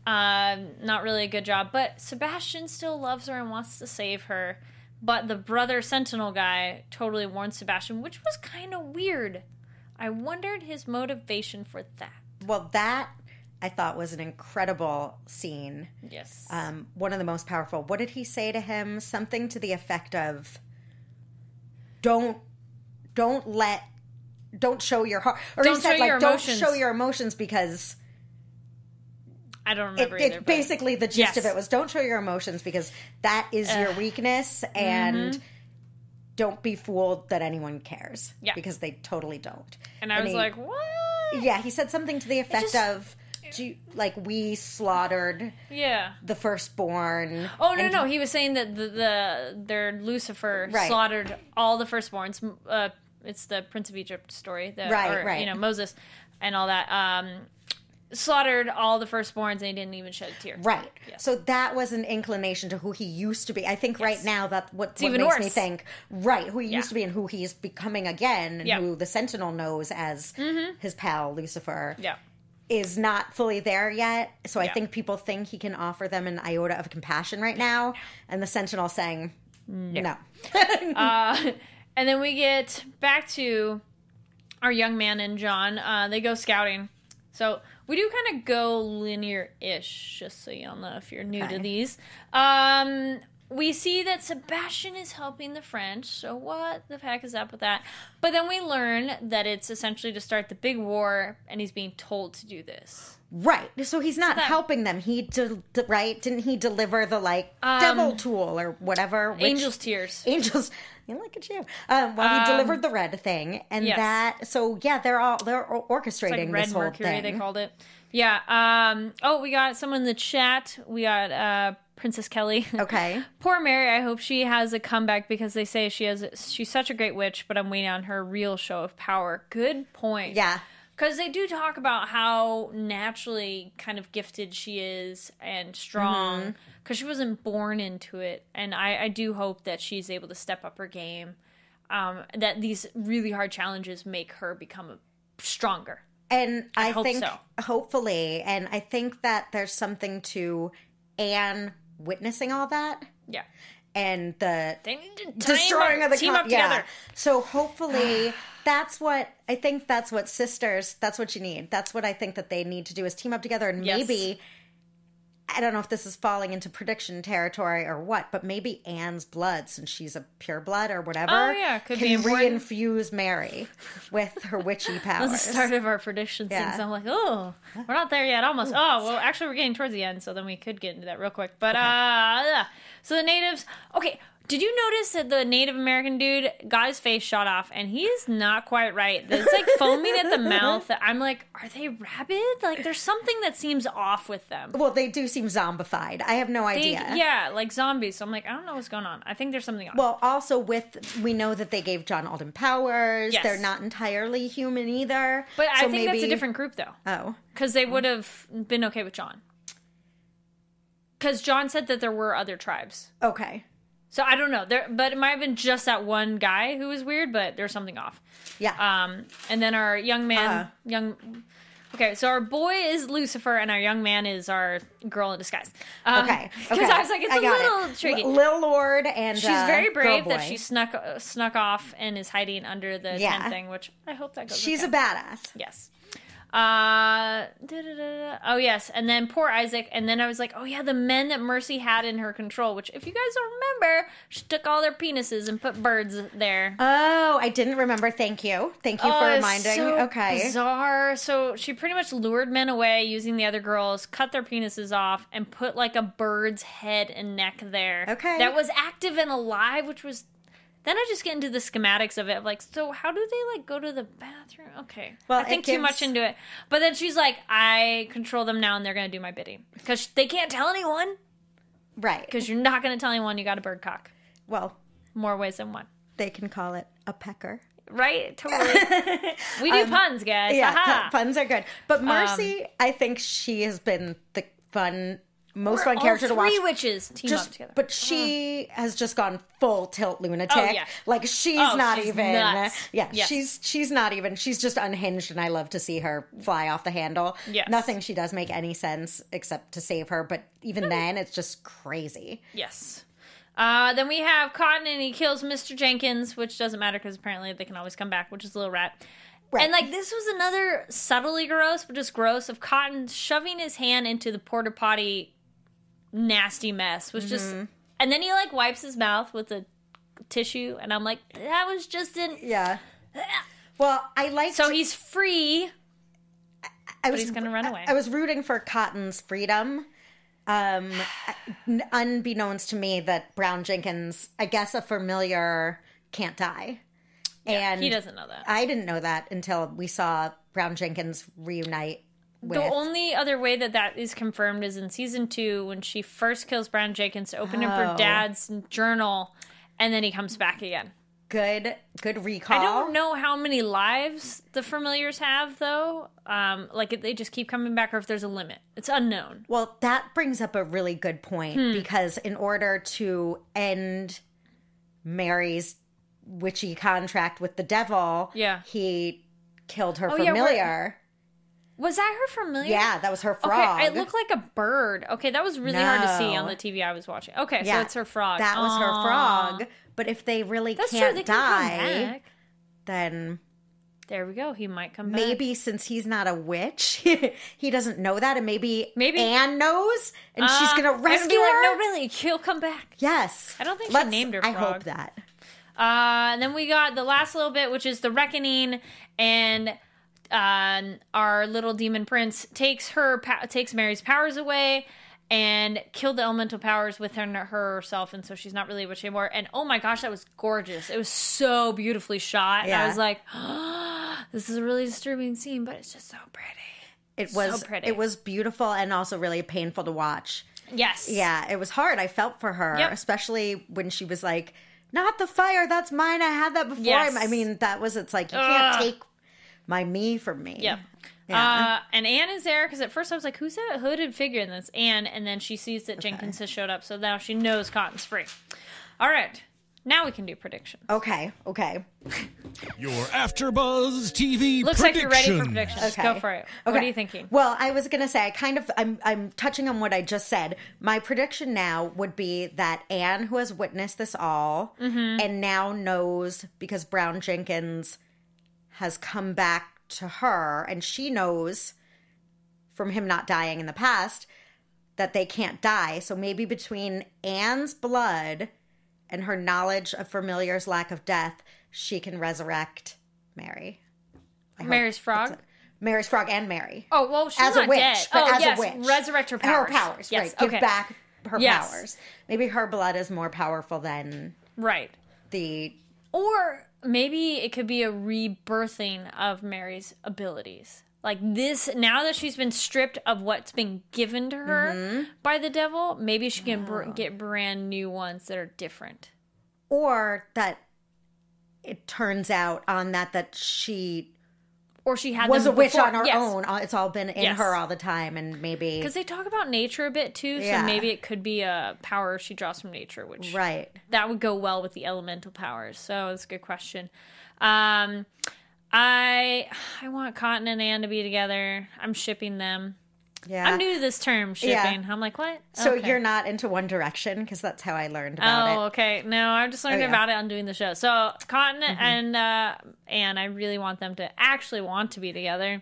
um not really a good job. But Sebastian still loves her and wants to save her. But the brother Sentinel guy totally warns Sebastian, which was kind of weird. I wondered his motivation for that.
well, that I thought was an incredible scene.
Yes.
Um, one of the most powerful. What did he say to him? Something to the effect of, "Don't, don't let, don't show your heart." Or
Don't
he said,
show
like,
your
"Don't
emotions."
show your emotions," because
I don't
it,
remember
it
either. but-
basically the gist
Yes.
of it was, "Don't show your emotions because that is your weakness," and
Mm-hmm.
don't be fooled that anyone cares
Yeah.
because they totally don't.
and I was
he-
like, what?
Yeah, he said something to the effect
just-
of, Do you, like, we slaughtered
Yeah.
the firstborn.
Oh no, no, he was saying that the, the their Lucifer
Right.
slaughtered all the firstborns. M- Uh, it's the Prince of Egypt story, the,
Right,
or, You
right.
know Moses and all that. Um, slaughtered all the firstborns, and he didn't even shed a tear.
Right.
Yes.
So that was an inclination to who he used to be. I think right now that what, what
even
makes me
worse.
think right who he
Yeah.
used to be and who he's becoming again, and
Yeah. Mm-hmm.
who the Sentinel knows as his pal Lucifer
Yeah.
is not fully there yet. So I
Yeah.
think people think he can offer them an iota of compassion right now, and the Sentinel saying no.
And then we get back to our young man and John. Uh, they go scouting. So we do kind of go linear ish, just so y'all know if you're new to
Okay.
these. Um, we see that Sebastian is helping the French. So what the heck is up with that? But then we learn that it's essentially to start the big war, and he's being told to do this.
Right. So he's not helping them. He de- de- right didn't he deliver the like devil tool or whatever which-
Um, Angel's tears.
angels you look at you um, well he delivered the red thing and
yes.
that so yeah they're all they're o- orchestrating
like red
this whole
mercury
thing
they called it yeah um oh we got someone in the chat we got uh princess kelly
okay
poor mary i hope she has a comeback because they say she has she's such a great witch but i'm waiting on her real show of power good point
yeah
because they do talk about how naturally kind of gifted she is and strong
Mm-hmm.
because she wasn't born into it and I, I do hope that she's able to step up her game um, that these really hard challenges make her become a, stronger
and i,
hope
think
so.
hopefully and i think that there's something to anne witnessing all that
Yeah.
and the
They need to time
destroying
up,
of the
team
co-
up
yeah.
together.
So hopefully that's what I think that's what sisters that's what you need. That's what I think that they need to do is team up together and
Yes.
maybe I don't know if this is falling into prediction territory or what, but maybe Anne's blood, since she's a pure blood or whatever,
Oh, yeah, could be
can
important.
reinfuse Mary with her witchy powers.
The start of our prediction
Yeah.
things. I'm like, oh, we're not there yet. Almost. Oh, well, actually, we're getting towards the end, so then we could get into that real quick. But uh, yeah. so the natives. Okay, did you notice that the Native American dude got his face shot off, and he's not quite right. It's like foaming at the mouth. I'm like, are they rabid? Like, there's something that seems off with them.
well, they do seem zombified. I have no
They-
idea.
yeah, like zombies. So I'm like, I don't know what's going on. I think there's something off.
Well, also with we know that they gave John Alden powers.
Yes.
They're not entirely human either.
but I
So
think that's a
maybe-
different group, though.
Oh,
because they would have been okay with John. Because John said that there were other tribes,
okay.
so I don't know. There, but it might have been just that one guy who was weird. But there's something off.
Yeah.
Um, and then our young man,
Uh.
young. Okay, so our boy is Lucifer, and our young man is our girl in disguise. Um,
okay.
Because
okay.
I was like, it's a
I got it.
little tricky.
L- Lil Lord and
She's
uh,
very
Girl
brave that
Boy.
she snuck uh, snuck off and is hiding under the
Yeah.
tent thing, which I hope that goes.
She's
okay.
a badass.
Yes. Uh, da-da-da-da. oh yes, and then poor Isaac, and then I was like, oh yeah, the men that Mercy had in her control. Which, if you guys don't remember, she took all their penises and put birds there.
Oh, I didn't remember. Thank you. Thank you
Oh,
for
it's
reminding.
so
okay.
bizarre. So she pretty much lured men away using the other girls, cut their penises off, and put like a bird's head and neck there.
Okay.
that was active and alive, which was Then I just get into the schematics of it. of Like, so how do they like go to the bathroom? Okay,
Well,
I
it
think too much
gives-
into it. But then she's like, I control them now, and they're gonna do my bidding because they can't tell anyone.
Right.
Because you're not gonna tell anyone you got a bird cock.
Well,
More ways than one.
they can call it a pecker.
Right? Totally. we do puns, guys.
Um, Yeah,
Aha.
pu- puns are good. But Marcy, I think she has been the fun, most fun
All
character to watch.
Three witches team up
Just,
together. Mm.
but she has just gone full tilt lunatic.
Oh, yeah.
Like she's
Oh,
not
she's
even.
nuts.
Yeah,
Yes.
she's she's not even. She's just unhinged, and I love to see her fly off the handle.
Yes.
nothing she does make any sense except to save her. But
Hmm.
even then, it's just crazy.
Yes. Uh, then we have Cotton, and he kills Mr. Jenkins, which doesn't matter because apparently they can always come back, which is a little rat.
Right.
And like this was another subtly gross, but just gross of Cotton shoving his hand into the porta potty nasty mess was just.
Mm-hmm.
And then he like wipes his mouth with a tissue, and I'm like, that was just an.
Yeah. Well, I like.
So he's free.
I was,
he's gonna run
I-
away.
I, was rooting for Cotton's freedom. Um, n- unbeknownst to me that Brown Jenkins, I guess a familiar, can't die. and
He doesn't know that.
I didn't know that until we saw Brown Jenkins reunite with.
The only other way that that is confirmed is in season two when she first kills Brown Jenkins to open up her
Oh.
dad's journal, and then he comes back again.
good, good recall.
I don't know how many lives the familiars have though. Um, like if they just keep coming back, or if there's a limit, it's unknown.
Well, that brings up a really good point
Hmm.
because in order to end Mary's witchy contract with the devil,
Yeah.
he killed her
Oh, yeah, we're-
familiar.
Was that her familiar?
Yeah, that was her
Okay,
frog.
it looked like a bird. Okay, that was really hard to see
No.
on the TV I was watching. Okay,
yeah,
so it's her frog.
That was her
Aw.
frog. But if they really
That's
can't
true. They
die,
can come back.
then
There we go. He might come back.
maybe since he's not a witch, he doesn't know that, and maybe
Maybe-
Anne knows, and she's
Uh,
gonna
and be
rescue
like,
her.
No, really, he'll come back.
Yes,
I don't think she
Let's-
named her
I
frog.
hope that.
Uh, and then we got the last little bit, which is the reckoning, and um, our little demon prince takes her pa- takes Mary's powers away and killed the elemental powers within herself, and so she's not really a witch anymore. And oh my gosh, that was gorgeous! It was so beautifully shot. And I
Yeah.
was like, this is a really disturbing scene, but it's just so pretty.
It was
pretty.
it was beautiful and also really painful to watch.
Yes.
Yeah, it was hard. I felt for her,
Yep.
especially when she was like, "Not the fire, that's mine. I had that before."
Yes.
I mean, that was it's like you
Ugh.
can't take my me from me.
Yep.
Yeah.
Uh, and Anne is there because at first I was like, "Who's that hooded figure?" And that's Anne. And then she sees that Jenkins has showed up, so now she knows Cotton's free. All right, now we can do predictions.
Okay. Okay.
Your AfterBuzz TV
Looks like you're ready for
predictions.
predictions. Go for it. What are you thinking?
Well, I was gonna say I kind of I'm I'm touching on what I just said. My prediction now would be that Anne, who has witnessed this all
Mm-hmm.
and now knows because Brown Jenkins has come back to her and she knows from him not dying in the past that they can't die. So maybe between Anne's blood and her knowledge of familiar's lack of death, she can resurrect Mary.
Mary's frog.
Mary's frog and Mary.
Oh well, she's
as
not
a witch,
dead.
but
oh
as
yes,
a witch,
resurrect her powers.
Her powers,
Yes,
right?
okay.
Give back her
Yes.
powers. Maybe her blood is more powerful than
Right.
the.
Or maybe it could be a rebirthing of Mary's abilities. Like this, now that she's been stripped of what's been given to her
Mm-hmm.
by the devil, maybe she can br- get brand new ones that are different.
Or that it turns out on that that she
Or she had
was a
them
witch
before.
on her
Yes.
own. Uh, It's all been in
Yes.
her all the time, and maybe
Because they talk about nature a bit too, so
Yeah.
maybe it could be a power she draws from nature, which
right.
that would go well with the elemental powers. So it's a good question. Um, I I want Cotton and Anne to be together. I'm shipping them.
Yeah.
I'm new to this term shipping. I'm like, what?
Uh, so
Okay.
you're not into One Direction because that's how I learned about
Oh,
it. Oh,
okay. No, I'm just learning
yeah. Mm-hmm.
about it on doing the show. So Cotton and uh, Anne, I really want them to actually want to be together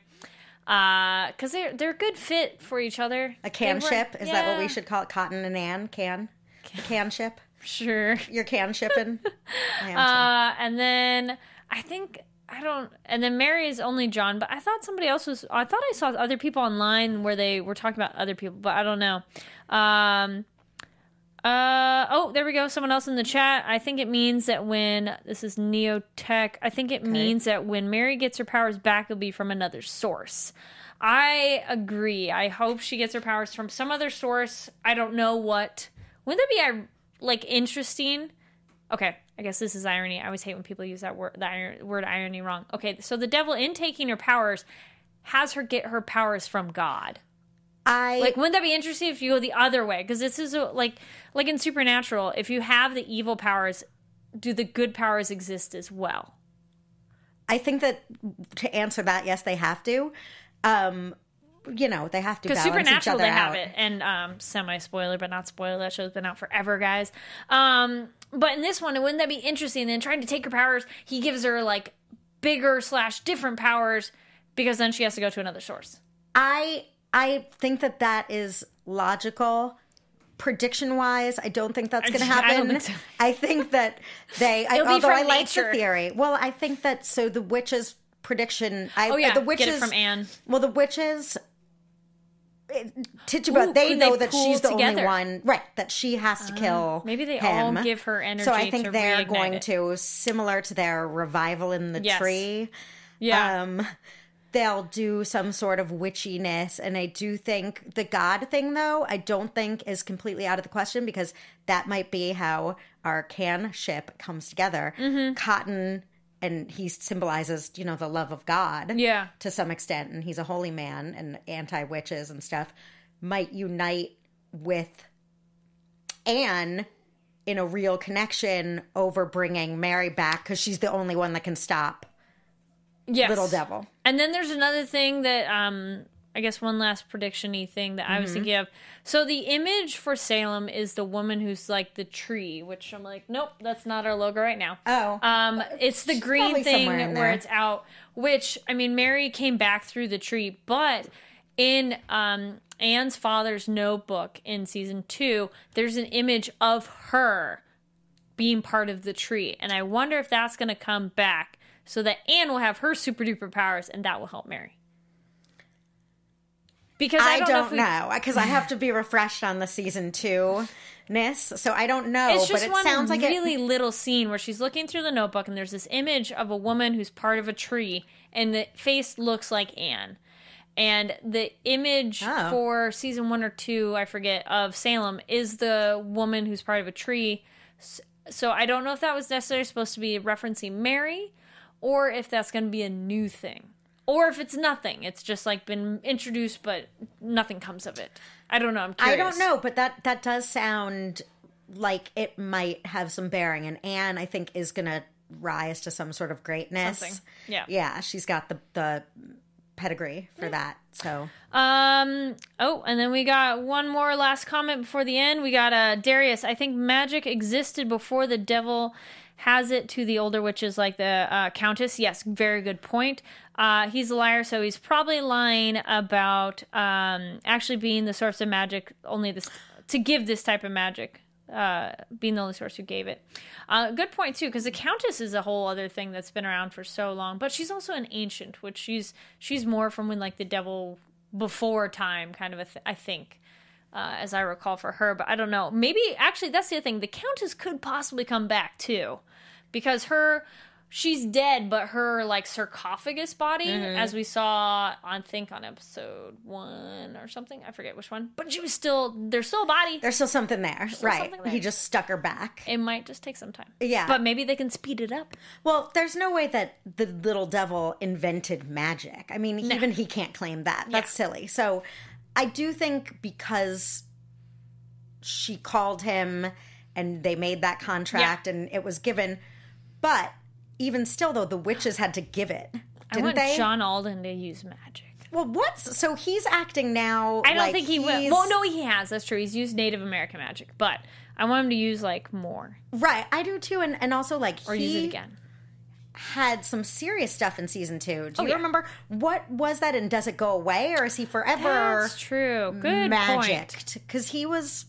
because they're they're a good fit for each other.
A can
They were-
ship is that what
Yeah.
we should call it? Cotton and Ann can. A can ship.
Sure.
You're can shipping. I am too.
Uh, and then I think I don't. And then Mary is only John, but I thought somebody else was. I thought I saw other people online where they were talking about other people, but I don't know. Um, Uh oh, there we go. Someone else in the chat. I think it means that when this is Neotech, I think it means that when Mary gets her powers back, it'll be from another source. I agree. I hope she gets her powers from some other source. I don't know what. Wouldn't that be uh, like interesting? Okay, I guess this is irony. I always hate when people use that word, the iron, word irony, wrong. Okay, so the devil in taking her powers has her get her powers from God.
I
Like, wouldn't that be interesting if you go the other way? Because this is a, like, like in Supernatural, if you have the evil powers, do the good powers exist as well?
I think that to answer that, yes, they have to. Um, you know, they have to
Because
balance each
Supernatural,
other
they
out.
have it, and um, semi spoiler, but not spoiler. That show's been out forever, guys. Um, but in this one, wouldn't that be interesting? Then trying to take her powers, he gives her like bigger slash different powers because then she has to go to another source.
I I think that that is logical. Prediction wise, I don't think that's going to
I don't
happen.
think so.
I think that they. I,
It'll be
although I
from
like
nature.
the theory. Well, I think that so the witches prediction. I,
Oh yeah,
the witches
get it from Anne.
Well, the witches. Tituba,
Ooh,
they
could
know
they
that
pool
she's the only
together? Uh,
one, right? That she has to kill.
maybe they
him.
all give her energy
So I think
to
they're
reignite
going
it.
to, similar to their revival in the
Yes.
tree.
Yeah,
Um, they'll do some sort of witchiness, and I do think the god thing, though, I don't think is completely out of the question because that might be how our can ship comes together.
Mm-hmm.
Cotton. And he symbolizes, you know, the love of God
yeah.
to some extent, and he's a holy man and anti witches and stuff, might unite with Anne in a real connection over bringing Mary back because she's the only one that can stop
Yes.
Little Devil.
And then there's another thing that um I guess one last prediction-y thing that I was thinking of. So the image for Salem is the woman who's like the tree, which I'm like, nope, that's not our logo right now.
Oh.
Um, it's the green
probably
thing
somewhere
where
in there.
it's out. Which I mean, Mary came back through the tree, but in um Anne's father's notebook in season two, there's an image of her being part of the tree, and I wonder if that's going to come back so that Anne will have her super duper powers, and that will help Mary. Because I
I
don't, know. If
don't
we,
know because I have to be refreshed on the season two ness, so I don't know.
It's just
but it
one
sounds like it.
really little scene where she's looking through the notebook and there's this image of a woman who's part of a tree and the face looks like Anne. And the image
Oh.
for season one or two, I forget, of Salem is the woman who's part of a tree. S- So I don't know if that was necessarily supposed to be referencing Mary or if that's going to be a new thing. Or if it's nothing, it's just like been introduced, but nothing comes of it. I don't know. I'm
I
curious.
don't know, but that that does sound like it might have some bearing. And Anne, I think, is going to rise to some sort of greatness.
Something. Yeah. Mm.
yeah, she's got the the pedigree for that. So
Um. Oh, and then we got one more last comment before the end. We got uh, Darius. I think magic existed before the devil has it to the older witches like the uh, Countess. Yes, very good point. Uh, he's a liar, so he's probably lying about um, actually being the source of magic. Only this to give this type of magic. Uh, being the only source who gave it. Uh, good point too, because the Countess is a whole other thing that's been around for so long. But she's also an ancient, which she's she's more from when like the devil before time kind of a th- i think uh, as i recall for her but i don't know maybe actually that's the other thing the countess could possibly come back too because her she's dead but her like sarcophagus body
Mm-hmm.
as we saw on think on episode one or something i forget which one but she was still there's still a body
there's still something there, right?
something there.
He just stuck her back.
it might just take some time
Yeah.
but maybe they can speed it up
Well, there's no way that the little devil invented magic. I mean, even he can't claim that. That's silly. So I do think because she called him and they made that contract and it was given, but even still, though, the witches had to give it.
i
Didn't
want
they?
john alden to use magic
well, what's so he's acting now?
I don't
like
think he will.
he's-
Well, no, he has. That's true. He's used Native American magic, but I want him to use like more
right. I do too, and and also like
or
he
use it again.
had some serious stuff in season two. Do you
Oh, yeah.
remember what was that? And does it go away, or is he forever?
That's true. Good point.
magicked because he was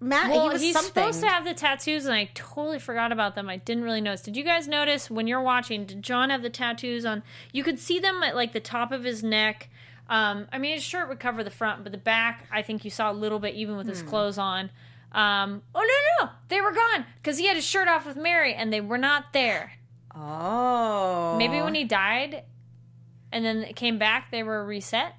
ma-
Well,
he was
he's
something.
supposed to have the tattoos, and I totally forgot about them. I didn't really notice. Did you guys notice when you're watching? Did John have the tattoos on? You could see them at like the top of his neck. Hmm. Um, I mean, his shirt would cover the front, but the back, I think you saw a little bit even with his clothes on. Um, oh no, no, no, they were gone because he had his shirt off with Mary, and they were not there.
Oh.
Maybe when he died, and then it came back, they were reset.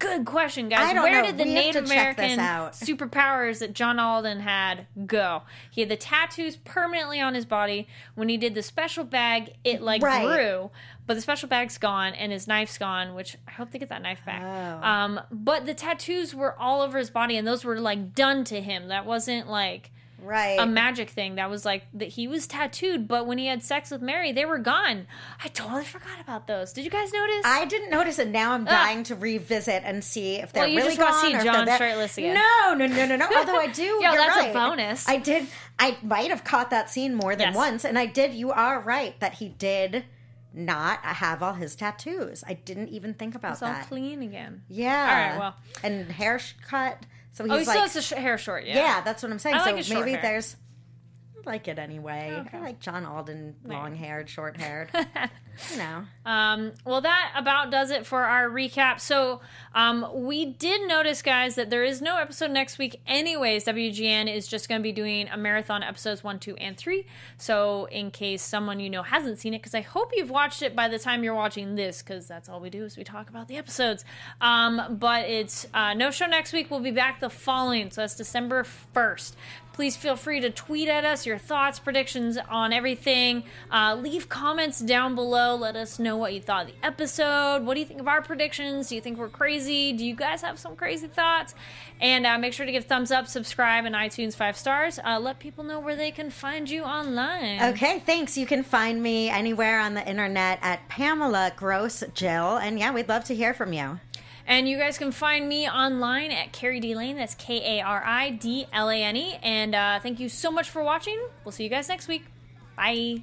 Good question, guys.
I don't
Where
know.
did the
We have
Native
to check this
American
out.
superpowers that John Alden had go? He had the tattoos permanently on his body. When he did the special bag, it like
Right.
grew, but the special bag's gone and his knife's gone. Which I hope they get that knife back.
Oh.
Um, but the tattoos were all over his body, and those were like done to him. That wasn't like
Right.
a magic thing that was like that he was tattooed, but when he had sex with Mary, they were gone. I totally forgot about those. Did you guys notice?
I didn't notice it. Now I'm dying to revisit and see if they're
Well, you
really
just wanna
gone.
see
or if they're
John
there.
shirtless again.
No, no, no, no, no. Although I do.
Yo,
you're
that's a
right.
bonus.
I did. I might have caught that scene more than
Yes.
once, and I did. You are right that he did not have all his tattoos. I didn't even think about
it's all
that.
clean again.
Yeah.
All right, well.
and haircut. So he's
Oh, he still
like,
has the sh- hair short. Yeah.
yeah. that's what I'm saying.
I like
so
his short
maybe
hair.
there's. I like it anyway.
Okay.
I like John Alden, long haired, short haired. you know.
Um, well, that about does it for our recap. So, um, we did notice, guys, that there is no episode next week, anyways. WGN is just going to be doing a marathon episodes one, two, and three. So, in case someone you know hasn't seen it, because I hope you've watched it by the time you're watching this, because that's all we do is we talk about the episodes. Um, but it's uh, no show next week. We'll be back the following, so that's December first. Please feel free to tweet at us your thoughts, predictions on everything. Uh, leave comments down below. Let us know what you thought of the episode. What do you think of our predictions? Do you think we're crazy? Do you guys have some crazy thoughts? And uh, make sure to give thumbs up, subscribe, and iTunes five stars. Uh, let people know where they can find you online.
Okay, thanks. You can find me anywhere on the internet at Pamela Gross Jill. And yeah, we'd love to hear from you.
And you guys can find me online at Carrie D Lane. That's K A R I D L A N E. And uh, thank you so much for watching. We'll see you guys next week. Bye.